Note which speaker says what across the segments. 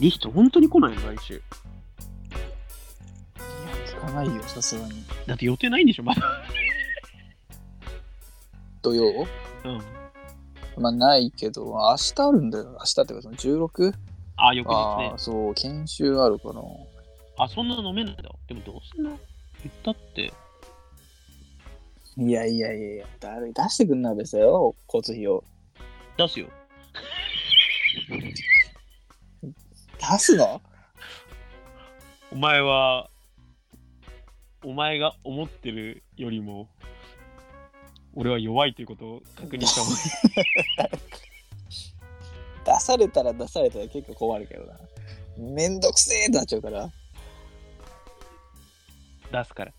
Speaker 1: リヒト、本当に来ないの、来週。
Speaker 2: 聞かないよ、さすがに。
Speaker 1: だって予定ないんでしょ、まだ。
Speaker 2: 土曜
Speaker 1: うん。
Speaker 2: まあ、ないけど、明日あるんだよ。明日ってか、その 16?
Speaker 1: あ、翌日
Speaker 2: あ
Speaker 1: ね
Speaker 2: あ、。そう、研修あるから。
Speaker 1: あ、そんな飲めないんだ。でもどうすんの言ったって。
Speaker 2: いやいやいやいや、誰出してくんな、別だよ、交通費を。
Speaker 1: 出すよ。
Speaker 2: 出すの
Speaker 1: お前は、お前が思ってるよりも、俺は弱いということを確認した方がい い。
Speaker 2: 出されたら出されたら結構困るけどな。めんどくせえってなっちゃうから。
Speaker 1: 出すから。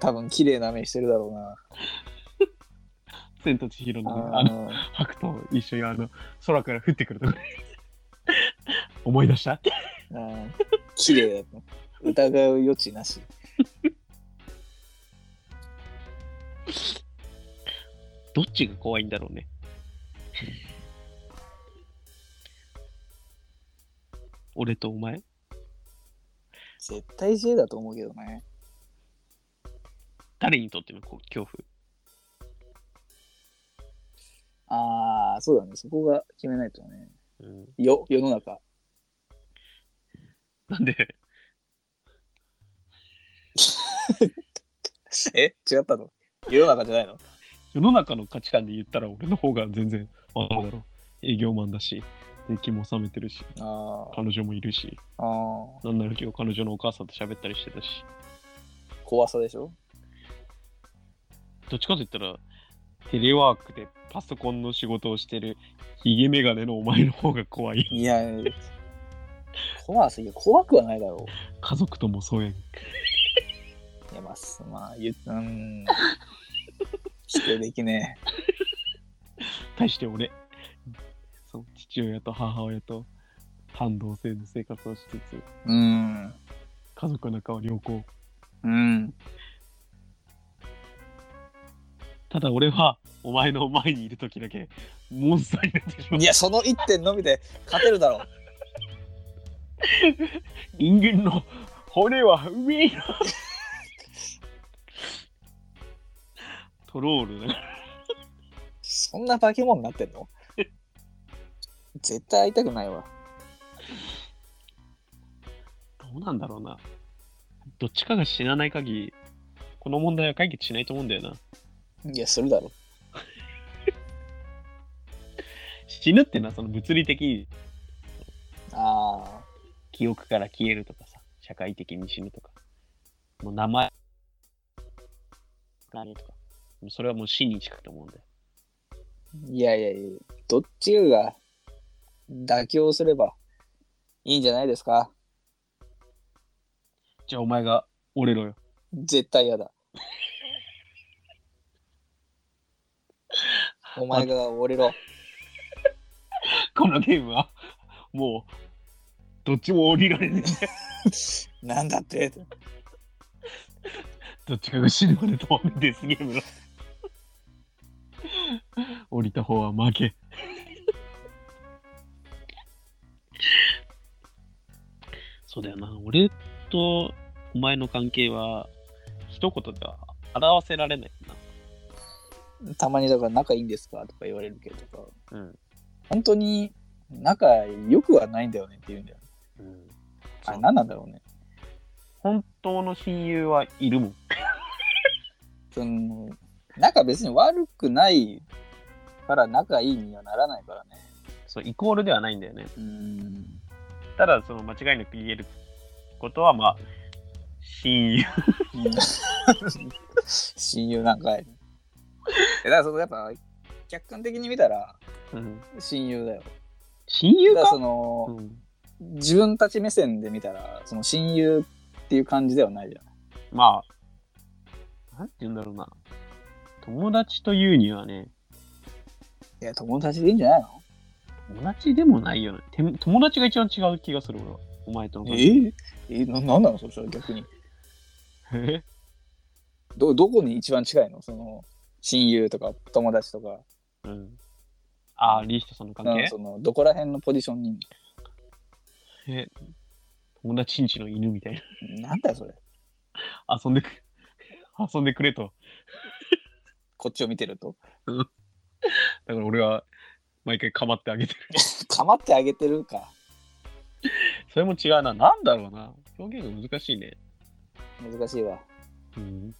Speaker 2: 多分綺麗な目してるだろうな。
Speaker 1: 千と千尋のねあ
Speaker 2: あ
Speaker 1: の
Speaker 2: の
Speaker 1: 白と一緒にあの空から降ってくるとこ思い出した
Speaker 2: うん綺麗だと。疑う余地なし。
Speaker 1: どっちが怖いんだろうね。俺とお前
Speaker 2: 絶対 J だと思うけどね。
Speaker 1: 誰にとってのこう恐怖
Speaker 2: ああ、そうだね。そこが決めないとね。
Speaker 1: うん、
Speaker 2: よ、世の中。
Speaker 1: なんで、
Speaker 2: え違ったの世の中じゃないの
Speaker 1: 世の中の価値観で言ったら俺の方が全然、あなんだろう、営業マンだし、税金も納めてるし、
Speaker 2: あー
Speaker 1: 彼女もいるし、
Speaker 2: あ
Speaker 1: なんなら今日彼女のお母さんと喋ったりしてたし、
Speaker 2: ー、怖さでしょ
Speaker 1: どっちかと言ったら、テレワークでパソコンの仕事をしてるヒゲメガネのお前の方が怖い。
Speaker 2: いや、怖すぎる。怖くはないだろう。
Speaker 1: 家族ともそうやん。
Speaker 2: いや、まあ、すまあ、言う、うん。否定できね
Speaker 1: 対して俺そう父親と母親と半同性の生活をしつつ
Speaker 2: え。うん。
Speaker 1: 家族仲は良好
Speaker 2: うん。
Speaker 1: ただ俺はお前の前にいる時だけモンスターになってしまう
Speaker 2: いや、その一点のみで勝てるだろう。
Speaker 1: 人間の骨はうめえなトロールだから
Speaker 2: そんな化け物になってんの絶対会いたくないわ。
Speaker 1: どうなんだろうなどっちかが死なない限りこの問題は解決しないと思うんだよない
Speaker 2: や、するだろう。
Speaker 1: 死ぬってのはその物理的に
Speaker 2: あ
Speaker 1: 記憶から消えるとかさ、社会的に死ぬとか、もう名前、何とか、もうそれはもう死に近いと思うんだよ。
Speaker 2: あ。いやいやいや、どっちが妥協すればいいんじゃないですか
Speaker 1: じゃあお前が折れろよ。
Speaker 2: 絶対嫌だ。お前が俺ろ。
Speaker 1: このゲームは、もう、どっちも降りられねえ。
Speaker 2: なんだって
Speaker 1: どっちかが死ぬまで止まるデスゲームだ。降りた方は負け。そうだよな、俺とお前の関係は、一言では表せられないな。
Speaker 2: たまにだから仲いいんですかとか言われるけどさ
Speaker 1: うん。
Speaker 2: 本当に仲良くはないんだよねって言うんだよ。
Speaker 1: うん、
Speaker 2: あれ何なんだろうね。
Speaker 1: 本当の親友はいるもん。
Speaker 2: その仲別に悪くないから仲いいにはならないからね。
Speaker 1: そう、イコールではないんだよね。
Speaker 2: うん。
Speaker 1: ただ、その間違いなく言えることは、まあ、親友。
Speaker 2: 親友なんかい。えだからそのやっぱ客観的に見たら
Speaker 1: うん、
Speaker 2: 親友だよ。
Speaker 1: 親友
Speaker 2: だから
Speaker 1: か
Speaker 2: その、
Speaker 1: うん、
Speaker 2: 自分たち目線で見たらその親友っていう感じではないじゃん。
Speaker 1: まあ、なんて言うんだろうな。友達というにはね、
Speaker 2: いや友達でいいんじゃないの
Speaker 1: 友達でもないよね。て友達が一番違う気がする、俺は。お前との関係。
Speaker 2: ええななんなのそしたら逆に
Speaker 1: え
Speaker 2: どどこに一番近いのその親友とか友達とか
Speaker 1: うん。ああ、リーヒトさんの関
Speaker 2: うん
Speaker 1: 係
Speaker 2: そのどこら辺のポジションにいん
Speaker 1: え、友達んちの犬みたい
Speaker 2: のなんだよそれ
Speaker 1: な。遊んでく、 遊んでくれと。
Speaker 2: こっちを見てると
Speaker 1: だから俺は毎回構ってあげてる。
Speaker 2: かまってあげてるか
Speaker 1: それも違うな。なんだろうな。表現が難しいね。
Speaker 2: 難しいわ
Speaker 1: うん。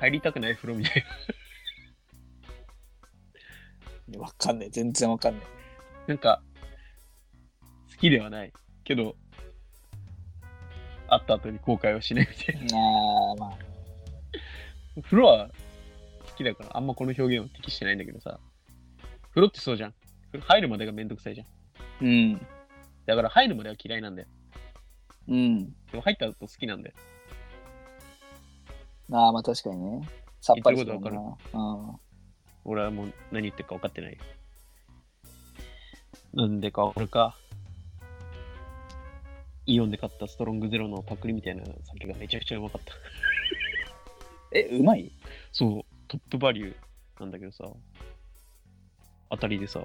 Speaker 1: 入りたくない風呂みたいな。
Speaker 2: わかんない全然わかんない
Speaker 1: なんか、好きではない。けど、会った後に後悔はしないみたいな。
Speaker 2: あーまあ
Speaker 1: 風呂は好きだから、あんまこの表現は適してないんだけどさ。風呂ってそうじゃん。風呂入るまでがめんどくさいじゃん。
Speaker 2: うん
Speaker 1: だから入るまでは嫌いなんだよ。
Speaker 2: うん
Speaker 1: でも入った後好きなんだよ。
Speaker 2: あーまあ確かにねさっぱりしてる
Speaker 1: 言ってる
Speaker 2: なうん
Speaker 1: 俺はもう何言ってるか分かってないよ。なんでか分かるか。イオンで買ったストロングゼロのパクリみたいな酒がめちゃくちゃうまかった。
Speaker 2: えうまい
Speaker 1: そう、トップバリューなんだけどさ、当たりでさ、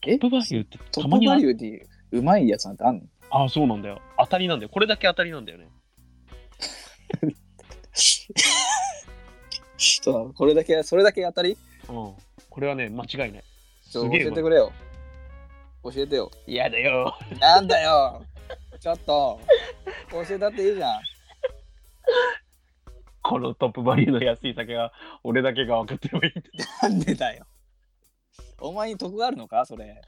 Speaker 1: ト
Speaker 2: え
Speaker 1: ップバリューって
Speaker 2: ト
Speaker 1: た
Speaker 2: ッ
Speaker 1: ま
Speaker 2: プ
Speaker 1: に
Speaker 2: バ
Speaker 1: あ
Speaker 2: リューでうまいやつなんてあんの
Speaker 1: あ、そうなんだよ。当たりなんだよ。これだけ当たりなんだよね。
Speaker 2: そうこれだけそれだけ当たり
Speaker 1: うん。これはね、間違いない。
Speaker 2: ち
Speaker 1: す
Speaker 2: ょっと
Speaker 1: げえ
Speaker 2: 教え
Speaker 1: う
Speaker 2: て
Speaker 1: ま
Speaker 2: くれよ教えてよ
Speaker 1: い。嫌だよ。
Speaker 2: なんだよちょっと教えたっていいじゃん
Speaker 1: このトップバリューの安い酒は俺だけが分かってればいいんだ。
Speaker 2: なんでだよお前に得があるのかそれ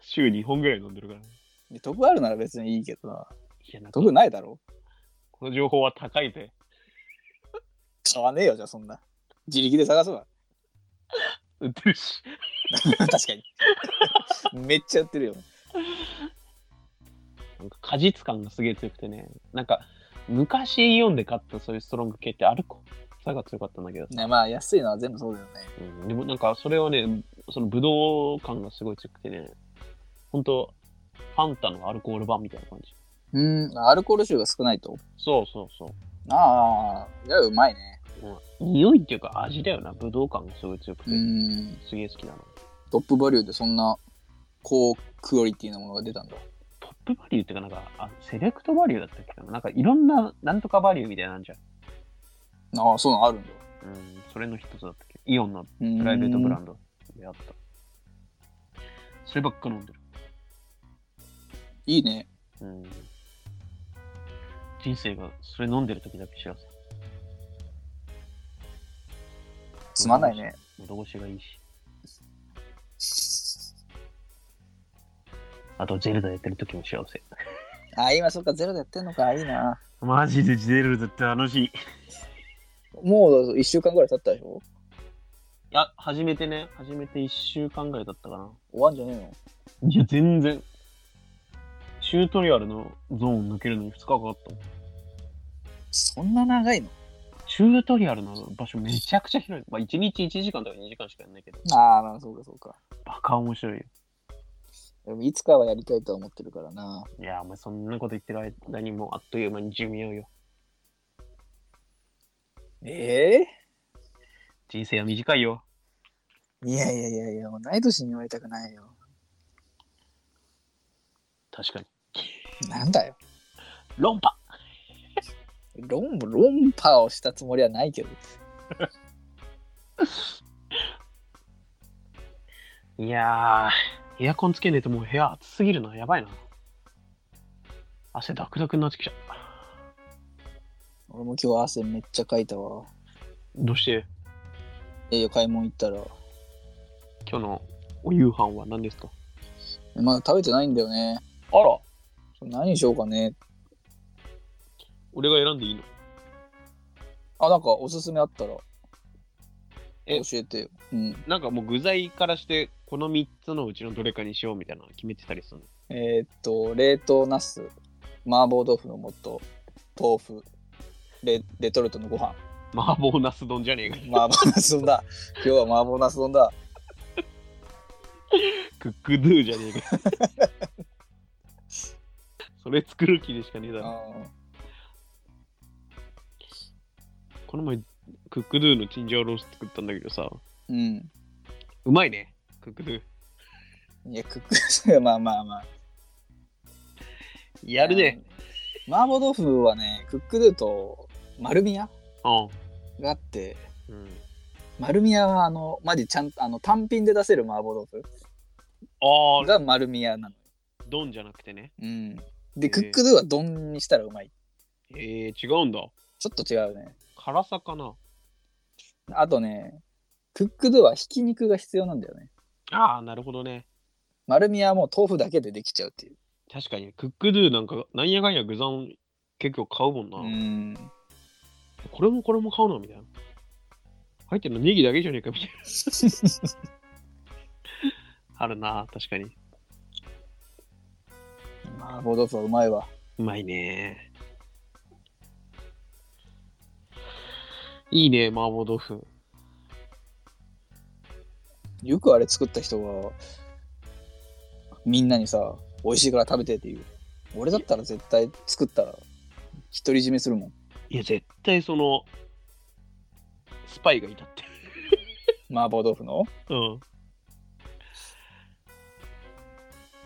Speaker 1: 週2本ぐらい飲んでるから。い
Speaker 2: 得があるなら別にいいけどな
Speaker 1: や、なんか
Speaker 2: 得ないだろ
Speaker 1: この情報は高いぜ。
Speaker 2: 買わねえよじゃあそんな自力で探すわ
Speaker 1: 売ってるし。
Speaker 2: 確かに めっちゃ売ってるよ
Speaker 1: なんか果実感がすげえ強くてね。なんか、昔イオンで買ったそういうストロング系ってアルコール差が強かったんだけどさ、
Speaker 2: ねまあ安いのは全部そうだよね
Speaker 1: うんでもなんかそれはね、そのブドウ感がすごい強くてね、ほんと、ファンタのアルコール版みたいな感じ。
Speaker 2: うんアルコール臭が少ないと
Speaker 1: そうそうそ
Speaker 2: ああいやうまいね
Speaker 1: う。匂いっていうか味だよな、ブドウ感がすごい強くて、
Speaker 2: うん
Speaker 1: すげえ好きなの。
Speaker 2: トップバリューでそんな高クオリティなものが出たんだ
Speaker 1: トップバリューっていうか、なんか、あセレクトバリューだったっけななんかいろんななんとかバリューみたいなのあんじゃん。
Speaker 2: ああそうなのあるんだ
Speaker 1: うん、それの一つだったっけイオンの
Speaker 2: プ
Speaker 1: プライベートブランドであった。そればっか飲んでる。
Speaker 2: いいね
Speaker 1: うん。人生がそれ飲んでる時だけ幸せ。
Speaker 2: すまないね
Speaker 1: 喉越しがいいし。あと、ゼルダやってる時も幸せ。
Speaker 2: あ今そっかゼロでやってんのかいいな
Speaker 1: マジでゼルダって楽しい。い
Speaker 2: もう1週間ぐらい経ったでしょ
Speaker 1: や、初めてね、初めて1週間ぐらいだったかな。
Speaker 2: 終わんじゃねえの
Speaker 1: いや、全然。チュートリアルのゾーン抜けるのに2日かかったもん。
Speaker 2: そんな長いの
Speaker 1: チュートリアルの場所めちゃくちゃ広い。まあ、1日1時間とか2時間しかやんないけど、
Speaker 2: ああまあそうかそうか
Speaker 1: バカ面白いよ。
Speaker 2: でもいつかはやりたいとは思ってるからない
Speaker 1: や、お前そんなこと言ってる間にもうあっという間に寿命よ。
Speaker 2: ええ
Speaker 1: 人生は短いよ。
Speaker 2: いやいやいやいや同い年に言われたくないよ
Speaker 1: 確かに。
Speaker 2: なんだよ
Speaker 1: 論破
Speaker 2: 論論破をしたつもりはないけど
Speaker 1: いやー、エアコンつけねえともう部屋暑すぎるな。やばいな。汗ダクダクになってきちゃった。
Speaker 2: 俺も今日汗めっちゃかいたわ
Speaker 1: どうして
Speaker 2: ええ買い物行ったら
Speaker 1: 今日のお夕飯は何ですか
Speaker 2: まだ食べてないんだよね
Speaker 1: あら
Speaker 2: 何にしようかね
Speaker 1: 俺が選んでいいの
Speaker 2: あなんかおすすめあったら教
Speaker 1: え
Speaker 2: えてようん
Speaker 1: なんかもう具材からしてこの3つのうちのどれかにしようみたいなの決めてたりするの
Speaker 2: えーっと冷凍ナス麻婆豆腐の素豆腐レレトルトのご飯
Speaker 1: 麻婆ナス丼じゃ ねえか。
Speaker 2: 麻婆ナス 丼だ今日は麻婆ナス丼だ
Speaker 1: クックドゥじゃねえか。 それ作る気でしかねえだ
Speaker 2: う
Speaker 1: ろ。
Speaker 2: ん
Speaker 1: この前クックドゥのチンジャオロース作ったんだけどさ、
Speaker 2: うん。
Speaker 1: うまいね、クックドゥ。
Speaker 2: いや、クック、 それはまあまあまあ。
Speaker 1: やるね。
Speaker 2: うん。麻婆豆腐はね、クックドゥと丸ミヤ
Speaker 1: うん。
Speaker 2: があって、
Speaker 1: うん、
Speaker 2: 丸ミヤはあの、マジちゃんあの単品で出せる麻婆豆腐
Speaker 1: ああ、
Speaker 2: が丸ミヤなの。
Speaker 1: 丼じゃなくてね。
Speaker 2: うん。
Speaker 1: へ
Speaker 2: で、
Speaker 1: ー
Speaker 2: クックドゥは丼にしたらうまい。
Speaker 1: えー、違うんだ。
Speaker 2: ちょっと違うね。
Speaker 1: 辛さかな。
Speaker 2: あとね、クックドゥはひき肉が必要なんだよね。
Speaker 1: ああ、なるほどね。
Speaker 2: 丸ミヤはもう豆腐だけでできちゃうっていう。
Speaker 1: 確かに、クックドゥなんか、なんやかんや具材結構買うもんな。
Speaker 2: うん。
Speaker 1: これもこれも買うのみたいな。入ってるのネギだけじゃねえかみたいな。あるな、確かに。
Speaker 2: 麻婆豆腐はうまいわ。
Speaker 1: うまいね。いいね、麻婆豆腐。
Speaker 2: よくあれ作った人は、みんなにさ、美味しいから食べてっていう。俺だったら絶対作ったら、独り占めするもん。
Speaker 1: いや、絶対その、スパイがいたって。
Speaker 2: 麻婆豆 腐の
Speaker 1: うん。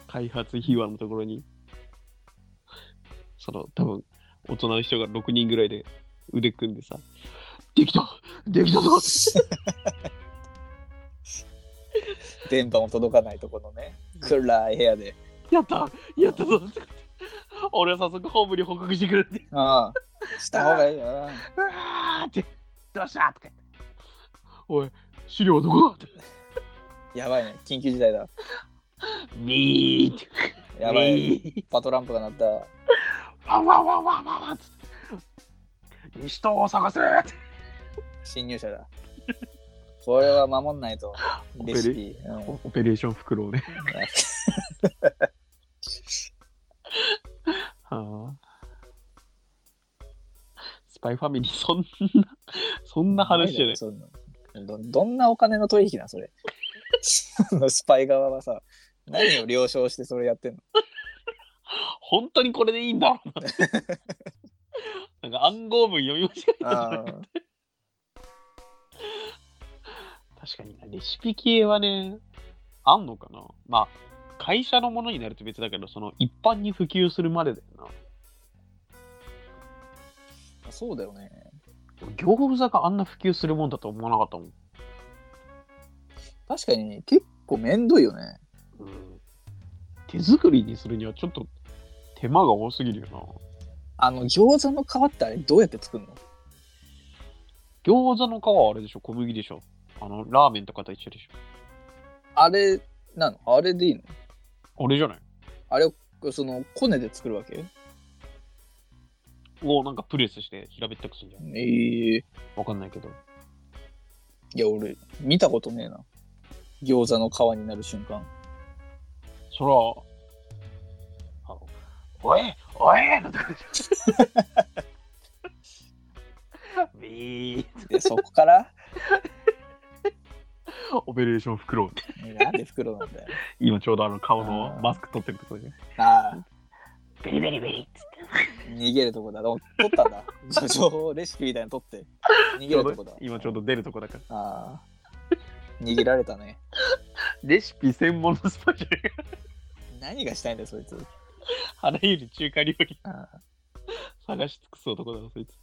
Speaker 1: 開発秘話のところに、その、多分大人の人が6人ぐらいで腕組んでさ、できたできたぞ
Speaker 2: 電波も届かないとこのね、暗い部屋で。
Speaker 1: やったやったぞ俺は早速本部に報告してくるって。
Speaker 2: ああ、した方がいいよな。
Speaker 1: うわーって、どうしたとか言って。おい、資料はどこだって。
Speaker 2: やばいね、緊急事態だ。
Speaker 1: みーって。
Speaker 2: やばい、
Speaker 1: みー
Speaker 2: パトランプが鳴った。
Speaker 1: わわわわわわっつって。西東を探せって。
Speaker 2: 侵入者だ。これは守んない と。レシピ。うん
Speaker 1: オペレーションフクロウね。はあ。スパイファミリー、そんな、 そんな話じゃない。
Speaker 2: そんなどどんなお金の取引なんそれ そのスパイ側はさ何を了承してそれやってんの
Speaker 1: 本当にこれでいいんだろうな。なんか暗号文読み間違えたんじゃない
Speaker 2: あー
Speaker 1: 確かになレシピ系はね、あんのかなまあ、会社のものになると別だけど、その一般に普及するまでだよ
Speaker 2: そうだよね
Speaker 1: な。餃子があんな普及するもんだと思わなかったもん。
Speaker 2: 確かに結構めんどいよね
Speaker 1: うん、手作りにするにはちょっと手間が多すぎるよな。
Speaker 2: あの餃子の皮ってあれどうやって作るの
Speaker 1: 餃子の皮はあれでしょ小麦でしょあの、ラーメンとかと一緒でし
Speaker 2: あれなのあれでいいの
Speaker 1: ょあれじゃない
Speaker 2: あれをそのコネで作るわけ
Speaker 1: をなんかプレスして平べったくするんじゃない
Speaker 2: ええ
Speaker 1: わかんないけど。
Speaker 2: いや俺見たことねえな餃子の皮になる瞬間
Speaker 1: そら、あの、おいおいなんて感じ。 ビー
Speaker 2: でそこから
Speaker 1: オペレーションフクロウって
Speaker 2: なんで袋なんだよ
Speaker 1: 今ちょうどあの顔
Speaker 2: あ
Speaker 1: の
Speaker 2: ー
Speaker 1: マスク取ってるところで。
Speaker 2: ああ
Speaker 1: ベリベリベリっつって。
Speaker 2: 逃げるとこだ。取ったんだ。叙情レシピみたいなの取って。逃げるとこだ。
Speaker 1: 今ちょうど出るとこだから。
Speaker 2: ああ。逃げられたね。
Speaker 1: レシピ専門のスパイじゃねえか
Speaker 2: 何がしたいんだよ、そいつ。
Speaker 1: あらゆる中華料理
Speaker 2: ああ
Speaker 1: 探し尽くす男だな、そいつ。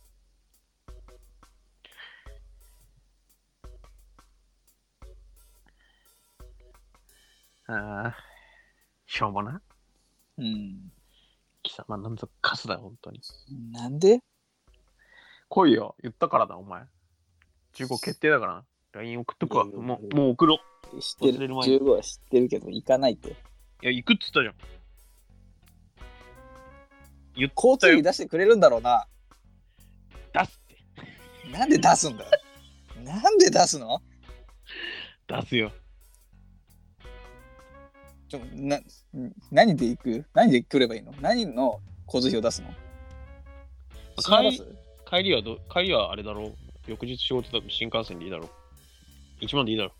Speaker 1: ああ、しょうもな。
Speaker 2: うん。
Speaker 1: 貴様なんぞカスだよ、本当に。
Speaker 2: なんで
Speaker 1: 来いよ、言ったからだ、お前。15決定だからな。LINE 送っとくわ。
Speaker 2: いいよ
Speaker 1: もう、もう送ろう。
Speaker 2: 知っ
Speaker 1: 忘
Speaker 2: て
Speaker 1: れ
Speaker 2: る。
Speaker 1: る前に
Speaker 2: 15は知ってるけど、行かないって。
Speaker 1: いや、行くっつったじゃん。言
Speaker 2: 交
Speaker 1: った
Speaker 2: 通
Speaker 1: よ
Speaker 2: 費、出してくれるんだろうな。
Speaker 1: 出すって。
Speaker 2: なんで出すんだよ。なんで出すの
Speaker 1: 出すよ。
Speaker 2: ちょな何で行く何で来ればいいの何の交通費を出すの
Speaker 1: かい
Speaker 2: 品出す
Speaker 1: 帰りはど、帰りはあれだろう。翌日仕事だと新幹線でいいだろう。1万でいいだろう。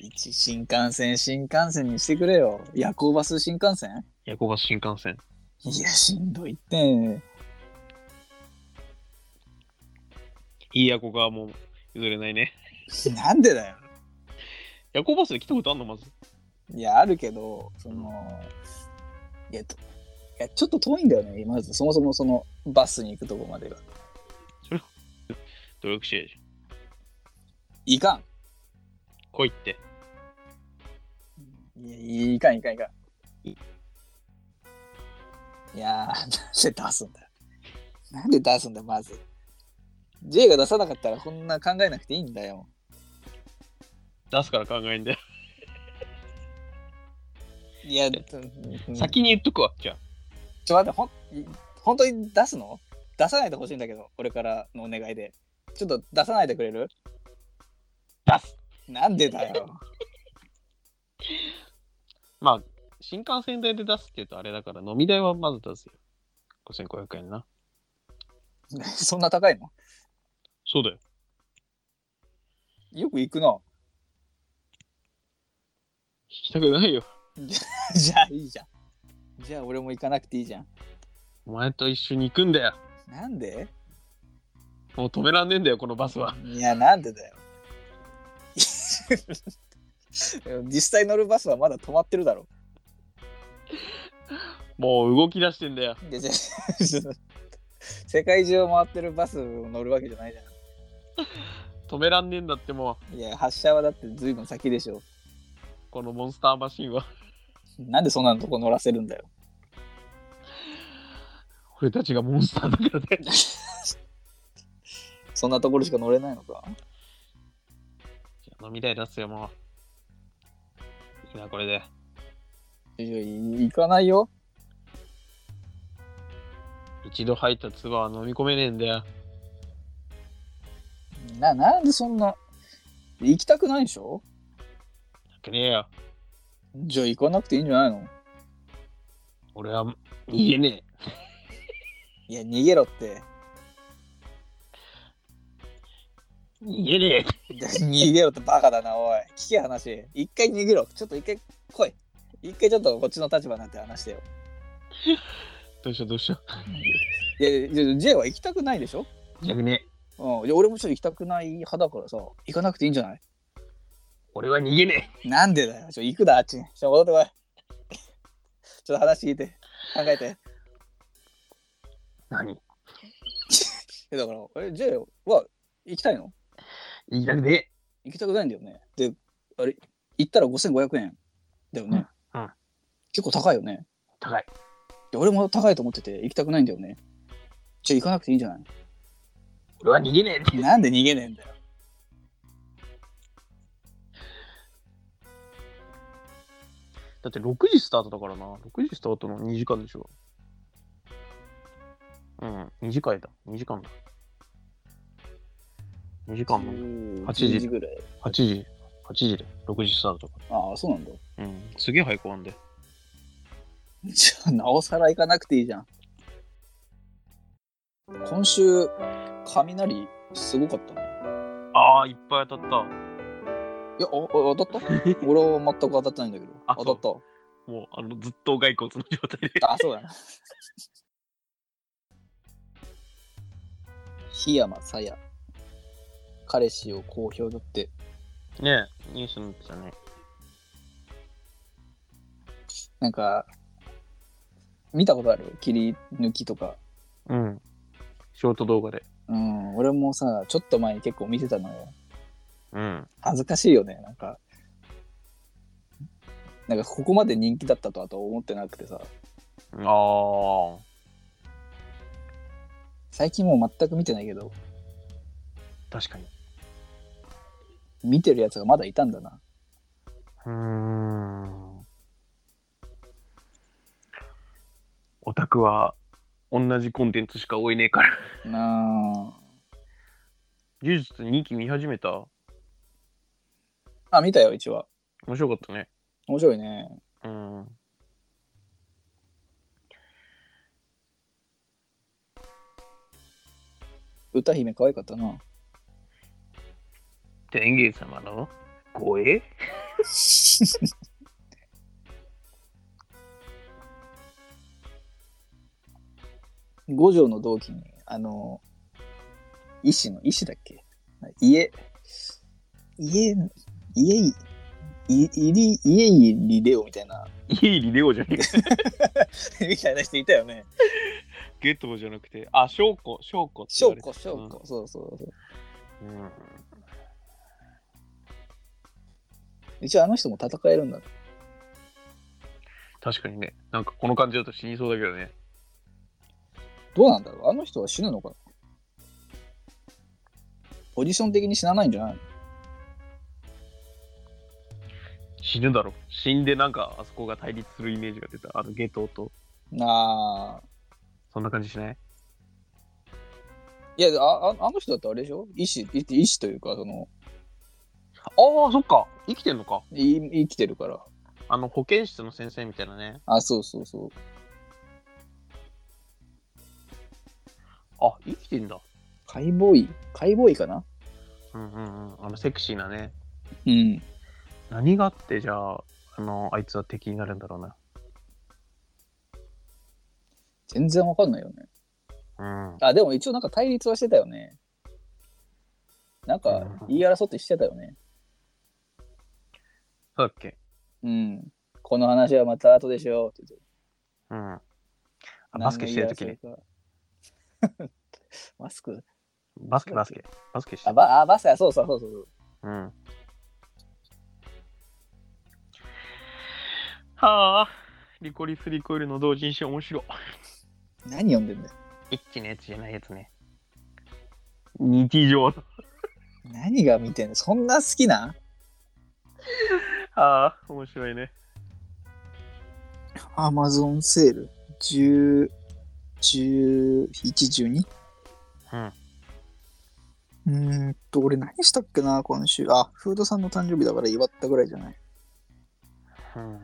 Speaker 2: 一新幹線、新幹線にしてくれよ。夜行バス新幹線
Speaker 1: 夜行バス新幹線。
Speaker 2: いや、しんどいって。
Speaker 1: いいやこがもう譲れないね。
Speaker 2: なんでだよ。
Speaker 1: 夜行バスで来たことあんのまず。
Speaker 2: いや、あるけど、その、いや、といやちょっと遠いんだよね、まず、そもそもその、バスに行くとこまでが。
Speaker 1: 努力してじゃん。
Speaker 2: いか
Speaker 1: 来いって。
Speaker 2: ん。いや、いかん、いかん、いかん。いやー、なんで出すんだよ。なんで出すんだよ、まず。J が出さなかったら、こんな考えなくていいんだよ。
Speaker 1: 出すから考えんだよ。
Speaker 2: いや、先、
Speaker 1: 先に言っとくわ。じゃあ。
Speaker 2: ちょ、待って、ほん、本当に出すの出さないでほしいんだけど、これからのお願いで。ちょっと出さないでくれる
Speaker 1: 出す
Speaker 2: なんでだよ。
Speaker 1: まあ、新幹線代で出すって言うとあれだから、飲み代はまず出すよ。5500円な。
Speaker 2: そんな高いの
Speaker 1: そうだよ。
Speaker 2: よく行くな。
Speaker 1: 引きたくないよ。
Speaker 2: じゃあいいじゃん。じゃあ俺も行かなくていいじゃん。
Speaker 1: お前と一緒に行くんだよ。
Speaker 2: なんで
Speaker 1: もう止めらんねえんだよ、このバスは。
Speaker 2: いや、なんでだよ。 実際乗るバスはまだ止まってるだろ。
Speaker 1: もう動き出してんだよ。
Speaker 2: いやじゃあ世界中を回ってるバスを乗るわけじゃないじゃ
Speaker 1: 止めらんねえんだっても
Speaker 2: ん。いや、発車はだってずいぶん先でしょ。
Speaker 1: う、このモンスターマシンは。
Speaker 2: なんでそんなとこ乗らせるんだよ。
Speaker 1: 俺たちがモンスターだからね。
Speaker 2: そんなところしか乗れないのか。
Speaker 1: じゃあ飲み代出すよ、もう。いいな、これで。
Speaker 2: いやい行かないよ。
Speaker 1: 一度入った唾は飲み込めねえんだよ。
Speaker 2: な、なんでそんな。行きたくないでしょ
Speaker 1: なくねえよ。
Speaker 2: じゃあ行かなくていいんじゃないの
Speaker 1: 俺は逃げねえ。
Speaker 2: いや、逃げろって。
Speaker 1: 逃げねえ。
Speaker 2: 逃げろってバカだな、おい。聞け話。一回逃げろ。ちょっと一回来い。一回ちょっとこっちの立場になって話してよ。
Speaker 1: どうしよう、どうしよ
Speaker 2: いやいや、いや J は行きたくないでしょ
Speaker 1: う。逆ねえ。
Speaker 2: うん。いや俺もちょっと行きたくない派だからさ、行かなくていいんじゃない
Speaker 1: 俺は逃げねえ。
Speaker 2: なんでだよ。ちょ、行くだ、あっちに。ちょ、戻ってこい。 ちょっと話聞いて。考えて。
Speaker 1: 何
Speaker 2: え、だから、え、J は行きたいの
Speaker 1: 言いたくねえ。
Speaker 2: 行きたくないんだよね。で、あれ、行ったら5500円だよね。
Speaker 1: うんうん
Speaker 2: 結構高いよね。
Speaker 1: 高い。
Speaker 2: で俺も高いと思ってて行きたくないんだよね。じゃあ行かなくていいんじゃない
Speaker 1: 俺は逃げねえ。
Speaker 2: なんで逃げねえんだよ。
Speaker 1: だって6時スタートだからな。6時スタートの2時間でしょ。うん、2時間だ。2時間だ。2時間も。
Speaker 2: 8
Speaker 1: 8時
Speaker 2: ぐらい。
Speaker 1: 8時、8時で。6時スタートだか
Speaker 2: ああ、そうなんだ。
Speaker 1: ら。うん、すげえ早く終わんで。
Speaker 2: じゃあなおさら行かなくていいじゃん。今週、雷すごかったね。
Speaker 1: ああ、いっぱい当たった。
Speaker 2: いや、ああ当たった 俺は全く当たってないんだけど。
Speaker 1: あ
Speaker 2: 当たっ
Speaker 1: もう、あの、ずっと骸骨の状態で。
Speaker 2: た。あ、そうだな。 檜山さや。彼氏を公表だって。
Speaker 1: ねえ、ニュースになってたね。
Speaker 2: なんか、見たことある切り抜きとか。
Speaker 1: うん。ショート動画で。
Speaker 2: うん、俺もさ、ちょっと前に結構見てたのよ。
Speaker 1: うん。
Speaker 2: 恥ずかしいよね、なんか。なんかここまで人気だったとはと思ってなくてさ、
Speaker 1: ああ。
Speaker 2: 最近もう全く見てないけど、
Speaker 1: 確かに。
Speaker 2: 見てるやつがまだいたんだな。
Speaker 1: うーん。オタクは同じコンテンツしか追えねえから。
Speaker 2: な
Speaker 1: 呪術2期見始めた。
Speaker 2: あ、あ見たよ、一話。
Speaker 1: 面白かったね。
Speaker 2: 面白いね。
Speaker 1: うん。
Speaker 2: 歌姫可愛かったな。
Speaker 1: 天元様の声
Speaker 2: 五条の同期に、あの、医師の医師だっけ家、家、家い、い、いり、家いりレオみたいな、
Speaker 1: いいリレオじゃねえか。
Speaker 2: みたいな人いたよね。
Speaker 1: ゲットボじゃなくて、あ、証拠、証拠って言わ
Speaker 2: 証
Speaker 1: れて
Speaker 2: 拠、
Speaker 1: た
Speaker 2: 証拠。そうそうそう。
Speaker 1: うん
Speaker 2: 一応あの人も戦えるんだ。
Speaker 1: 確かにね、なんかこの感じだと死にそうだけどね。
Speaker 2: どうなんだろうあの人は死ぬのかなポジション的に死なないんじゃないの
Speaker 1: 死ぬだろ。死んでなんかあそこが対立するイメージが出た。あのゲトと。
Speaker 2: あー
Speaker 1: そんな感じしない
Speaker 2: いやあああの人だってあれでしょ医師医医師というかその
Speaker 1: ああ、そっか。生きてんのか。
Speaker 2: い生きてるから
Speaker 1: あの保健室の先生みたいなね。
Speaker 2: あそうそうそう
Speaker 1: あ、生きてんだ。
Speaker 2: 解剖医解剖医かな
Speaker 1: うんうんうん。あのセクシーなね。
Speaker 2: うん
Speaker 1: 何があってじゃあ、あの、あいつは敵になるんだろうな。
Speaker 2: 全然わかんないよね
Speaker 1: うん。
Speaker 2: あでも一応なんか対立はしてたよねなんか
Speaker 1: うん
Speaker 2: 言い争ってしてたよね
Speaker 1: そうだっけ
Speaker 2: うんこの話はまた後でしょうって言って
Speaker 1: うん。あバスケしてるときに。
Speaker 2: 何の言い争いか マスク
Speaker 1: バスケ、バスケ。バスケして
Speaker 2: あ
Speaker 1: る。
Speaker 2: バあバスあそうそうそうそうそう
Speaker 1: うん。はあ、リコリスリコイルの同人誌面白い。
Speaker 2: 何読んでんだよ
Speaker 1: 一気のやつじゃないやつね。日常の。
Speaker 2: 何が見てんのそんな好きな
Speaker 1: はあ、面白いね。
Speaker 2: アマゾンセール10 11、12?
Speaker 1: うん。
Speaker 2: うーんと、俺何したっけな、今週。あ、フードさんの誕生日だから祝ったぐらいじゃない。
Speaker 1: うん、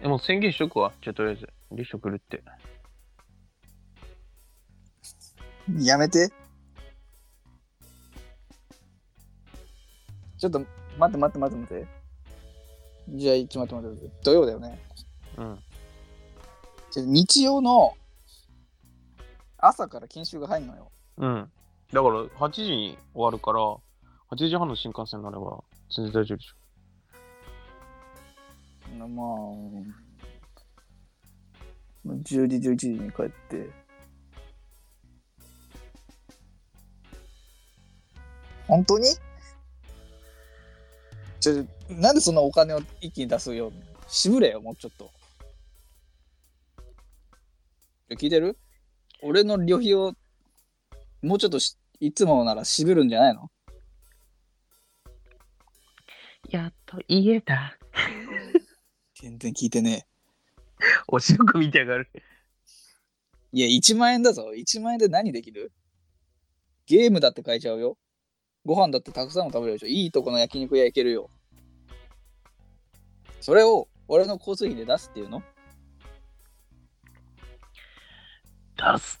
Speaker 1: でも宣言しとくわ。じゃあとりあえず。リスト来るって。
Speaker 2: やめて。ちょっと、待って待って待って待って。じゃあ、ちょっと待って待って待って。土曜だよね。
Speaker 1: うん。
Speaker 2: じゃあ日曜の朝から研修が入るのよ。
Speaker 1: うん。だから8時に終わるから、8時半の新幹線になれば全然大丈夫でしょ。
Speaker 2: まあ、10時、11時に帰って。本当にちょ、なんでそんなお金を一気に出すよ。渋れよ、もうちょっと。え聞いてる俺の旅費を、もうちょっとしいつもなら渋るんじゃないの
Speaker 1: やっと家だ。
Speaker 2: 全然聞いてねえ。
Speaker 1: おしろく見てやがる。
Speaker 2: いや、1万円だぞ。1万円で何できるゲームだって買えちゃうよ。ご飯だってたくさんも食べれるでしょ。いいとこの焼肉屋行けるよ。それを俺の交通費で出すっていうの
Speaker 1: 出す。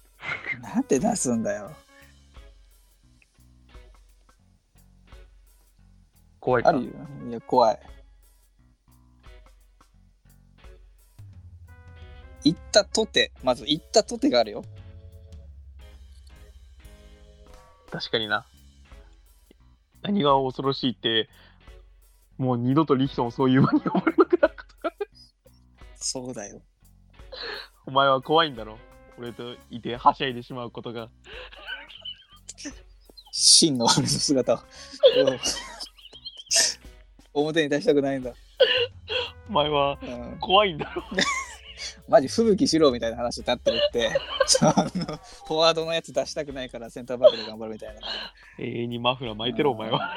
Speaker 2: なんで出すんだよ。
Speaker 1: 怖いか
Speaker 2: あるよ。いや、怖い。行ったとて、まず行ったとてがあるよ。
Speaker 1: 確かにな。何が恐ろしいって、もう二度とリヒトもそういう場に呼ばれなくなることが。
Speaker 2: そうだよ。
Speaker 1: お前は怖いんだろ。俺といてはしゃいでしまうことが。
Speaker 2: 真の俺の姿を 表に出したくないんだ。
Speaker 1: お前は
Speaker 2: うん
Speaker 1: 怖いんだろ。
Speaker 2: マジ吹雪しろみたいな話になってる って、あのフォワードのやつ出したくないからセンターバックで頑張るみたいな。
Speaker 1: 永遠にマフラー巻いてろ、お前は。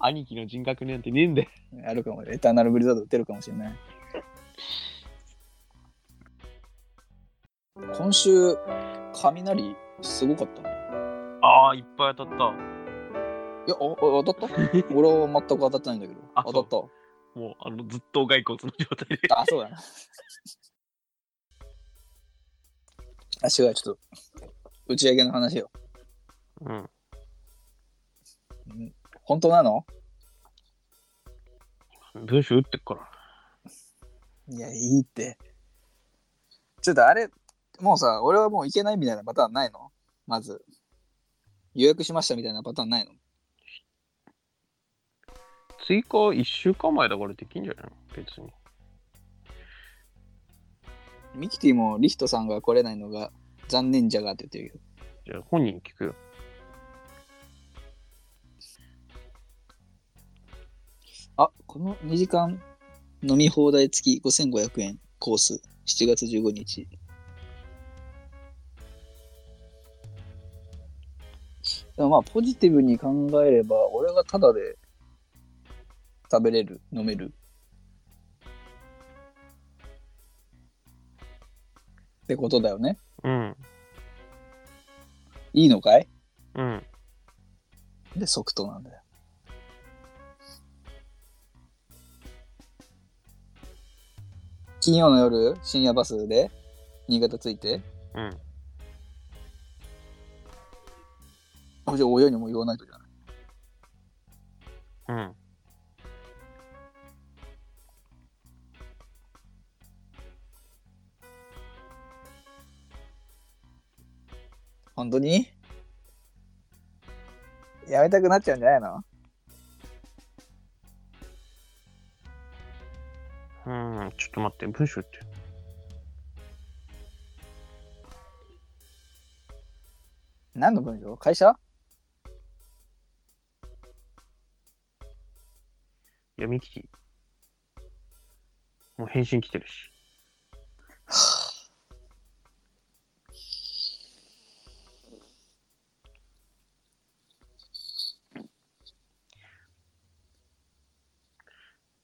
Speaker 1: 兄貴の人格なんてねえんだよ。
Speaker 2: あるかも、エターナルブリザード打てるかもしれない。今週、雷すごかったね。
Speaker 1: ああ、いっぱい当たった。
Speaker 2: いや、ああ当たった 俺は全く当たってないんだけど。
Speaker 1: あ
Speaker 2: 当たっ
Speaker 1: もう、あの、ずっと骸骨の状態で。
Speaker 2: た。あ、そうだな。 あ、違う、ちょっと、打ち上げの話よ。
Speaker 1: うん。
Speaker 2: うん本当なの
Speaker 1: 文章打ってっから。
Speaker 2: いや、いいって。ちょっとあれ、もうさ、俺はもう行けないみたいなパターンないのまず。予約しましたみたいなパターンないの
Speaker 1: 追加1週間前だからできんじゃないの別に。
Speaker 2: ミキティもリヒトさんが来れないのが残念じゃがって言ってるけ
Speaker 1: じ
Speaker 2: ど。
Speaker 1: ゃあ本人に聞くよ。
Speaker 2: あ、この2時間飲み放題付き5500円コース7月15日。でもまあポジティブに考えれば俺がタダで食べれる、飲める。ってことだよね。
Speaker 1: うん。
Speaker 2: いいのかい
Speaker 1: うん。
Speaker 2: で即答なんだよ。金曜の夜、深夜バスで新潟着いて、
Speaker 1: うん。
Speaker 2: あじゃあ親にも言わないとじゃない。
Speaker 1: うん。
Speaker 2: 本当にやめたくなっちゃうんじゃないの
Speaker 1: うん。ちょっと待って、文章って。
Speaker 2: 何の文章会社
Speaker 1: いや、ミキティ。もう返信来てるし。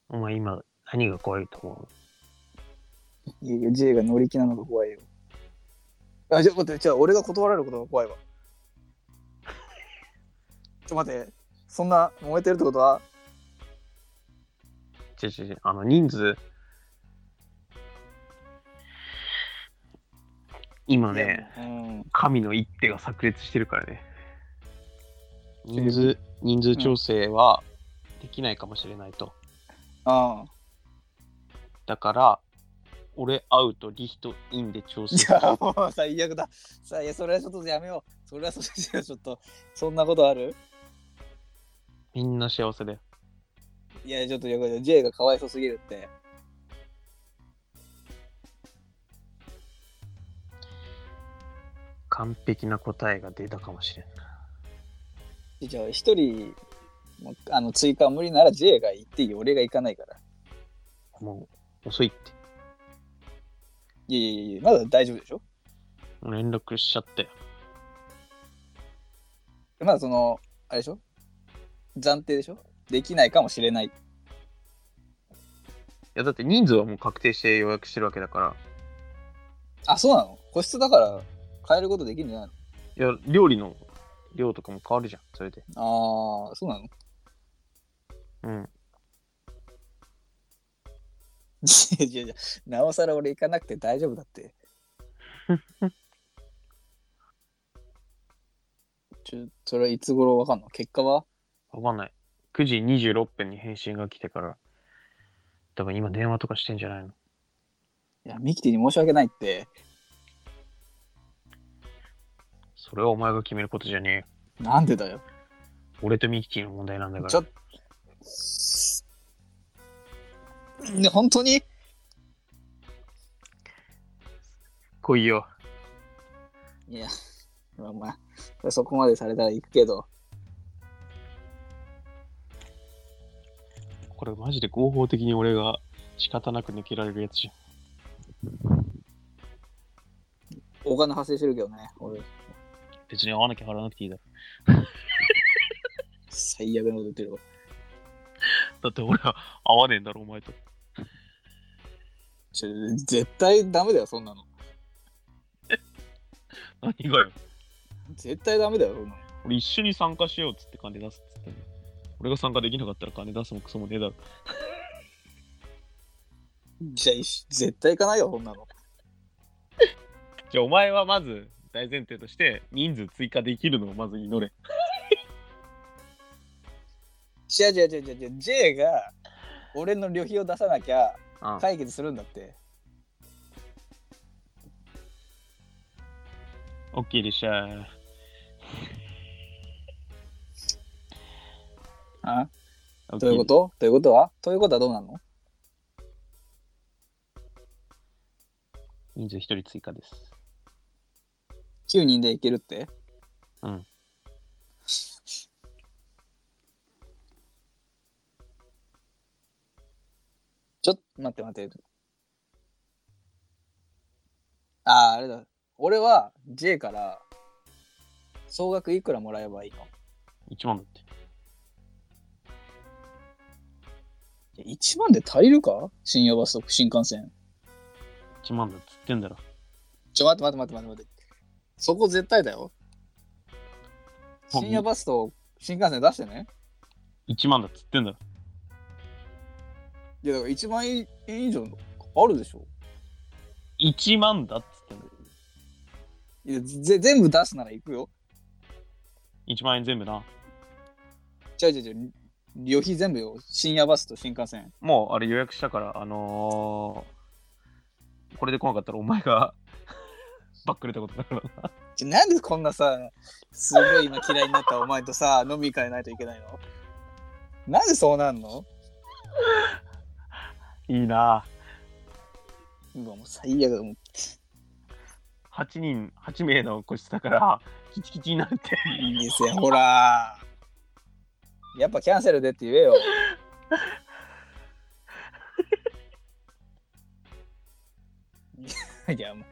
Speaker 1: お前今何が怖いと思
Speaker 2: いやいや、J が乗り気なのが怖いよ。あ、じゃあ待って、じゃあ俺が断られることが怖いわ。 ちょっと待って、そんな燃えてるってことは、
Speaker 1: う違う違う、あの人数。今ね。
Speaker 2: うん、
Speaker 1: 神の一手が炸裂してるからね。人数、人数調整はできないかもしれないと。
Speaker 2: ああ。
Speaker 1: だから、俺アウト、リヒトインで 調整
Speaker 2: いや、もう最悪だ。さあ、いや、それはちょっとやめよう。それはそれはちょっと、そんなことある
Speaker 1: みんな幸せだよ。
Speaker 2: いや、ちょっとよく、J がかわいそうすぎるって。
Speaker 1: 完璧な答えが出たかもしれんない。
Speaker 2: じゃあ、一人、もうあの追加無理なら J が行っていいよ。俺が行かないから。
Speaker 1: もう遅いって。
Speaker 2: いやいやいや、まだ大丈夫でしょ
Speaker 1: 連絡しちゃったよ。
Speaker 2: まだその、あれでしょ暫定でしょできないかもしれない。
Speaker 1: いや、だって人数はもう確定して予約してるわけだから。
Speaker 2: あ、そうなの個室だから変えることできるんじゃない
Speaker 1: いや、料理の量とかも変わるじゃん、それで。
Speaker 2: のああ、そうなの
Speaker 1: うん。
Speaker 2: いやいやいや、 なおさら俺行かなくて大丈夫 だって。ちょ、それはいつ頃わかんの結果は
Speaker 1: わかんない。9時26分に返信が来てから。多分今電話とかしてんじゃないの
Speaker 2: いや、ミキティに申し訳ないって。
Speaker 1: それはお前が決めることじゃねえよ。
Speaker 2: なんでだよ。
Speaker 1: 俺とミキティの問題なんだか
Speaker 2: ちょ
Speaker 1: ら。
Speaker 2: っね、本当に
Speaker 1: 来いよ。
Speaker 2: いや、まあまあ、そこまでされたら行くけど。
Speaker 1: これマジで合法的に俺が仕方なく抜けられるやつじ
Speaker 2: お金発生してるけどね。俺、
Speaker 1: ゃん。別に会わなきゃ払わなくていいだろ。
Speaker 2: 最悪なこと言ってるわ。
Speaker 1: だって俺は会わねえんだろ、お前と。
Speaker 2: ちょ絶対ダメだよ、そんなの。
Speaker 1: 何がよ。
Speaker 2: 絶対ダメだよ、そんなの。
Speaker 1: 俺一緒に参加しようっつって金出すっつってんの。俺が参加できなかったら金出すもクソもねえだろ。
Speaker 2: じゃあ、絶対行かないよ、そんなの。
Speaker 1: じゃあお前はまず大前提として人数追加できるのをまず祈れ。
Speaker 2: 違う違う違う違う違う J が俺の旅費を出さなきゃ
Speaker 1: あ
Speaker 2: 解決するんだって
Speaker 1: OK でした。
Speaker 2: あ
Speaker 1: ど
Speaker 2: どういうことどういうことはということはどうなの
Speaker 1: 人数一人追加です。
Speaker 2: ?9 人でいけるって
Speaker 1: うん。
Speaker 2: ちょっと待って待って。ああ、あれだ。俺は J から総額いくらもらえばいいの
Speaker 1: 1万だって。
Speaker 2: いや ?1 万で足りるか深夜バスと新幹線。
Speaker 1: 1万だっつってんだろ。
Speaker 2: ちょ、待って待って待って待って。そこ絶対だよ。
Speaker 1: もう
Speaker 2: 深夜バスと新幹線出してね。
Speaker 1: 1万だっつってんだろ。
Speaker 2: いや、だから1万円以上あるでしょ。
Speaker 1: 1万だっつってんだろ。
Speaker 2: いやぜ全部出すなら行くよ。
Speaker 1: 1万円全部な。
Speaker 2: 違う違う違う。旅費全部よ。深夜バスと新幹線。
Speaker 1: もうあれ予約したから、あのー、これで来なかったらお前が バックれたことだから。
Speaker 2: ちょなんでこんなさ、すごい今嫌いになったお前とさ、飲み会ないといけないのなんでそうなんの
Speaker 1: いいな
Speaker 2: うわもう最悪だもう
Speaker 1: 8人、8名の個室だから、キチキチにな って。
Speaker 2: いいですよ、ほら。やっぱキャンセルでって言えよ。 いや、も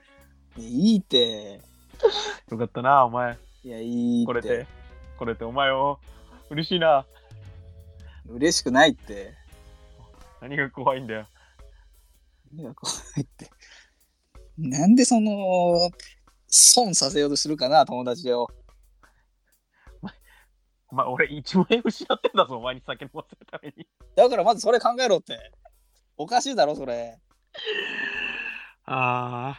Speaker 2: ういいって。
Speaker 1: よかったな、お前。
Speaker 2: いや、いいって。
Speaker 1: これで、これでお前を。嬉しいな。
Speaker 2: 嬉しくないって。
Speaker 1: 何が怖いんだよ。
Speaker 2: いや怖いって。なんでその、損させようとするかな、友達を。
Speaker 1: お前、俺1万円失ってんだぞ、お前に酒飲ませるために。
Speaker 2: だからまずそれ考えろって。おかしいだろ、それ。
Speaker 1: ああ。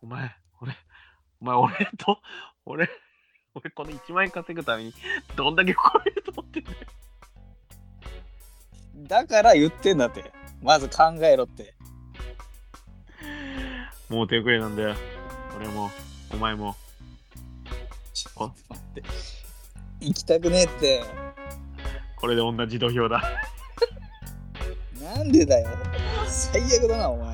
Speaker 1: お前、俺、お前、俺と、俺、俺、この1万円稼ぐために、どんだけ超えると思ってんだよ。
Speaker 2: だから言ってんだって。まず考えろって。
Speaker 1: もう手遅れなんだよ。俺も、お前も。
Speaker 2: ちょっと待って。行きたくねえって。
Speaker 1: これで同じ土俵だ。
Speaker 2: なんでだよ。最悪だな、お前。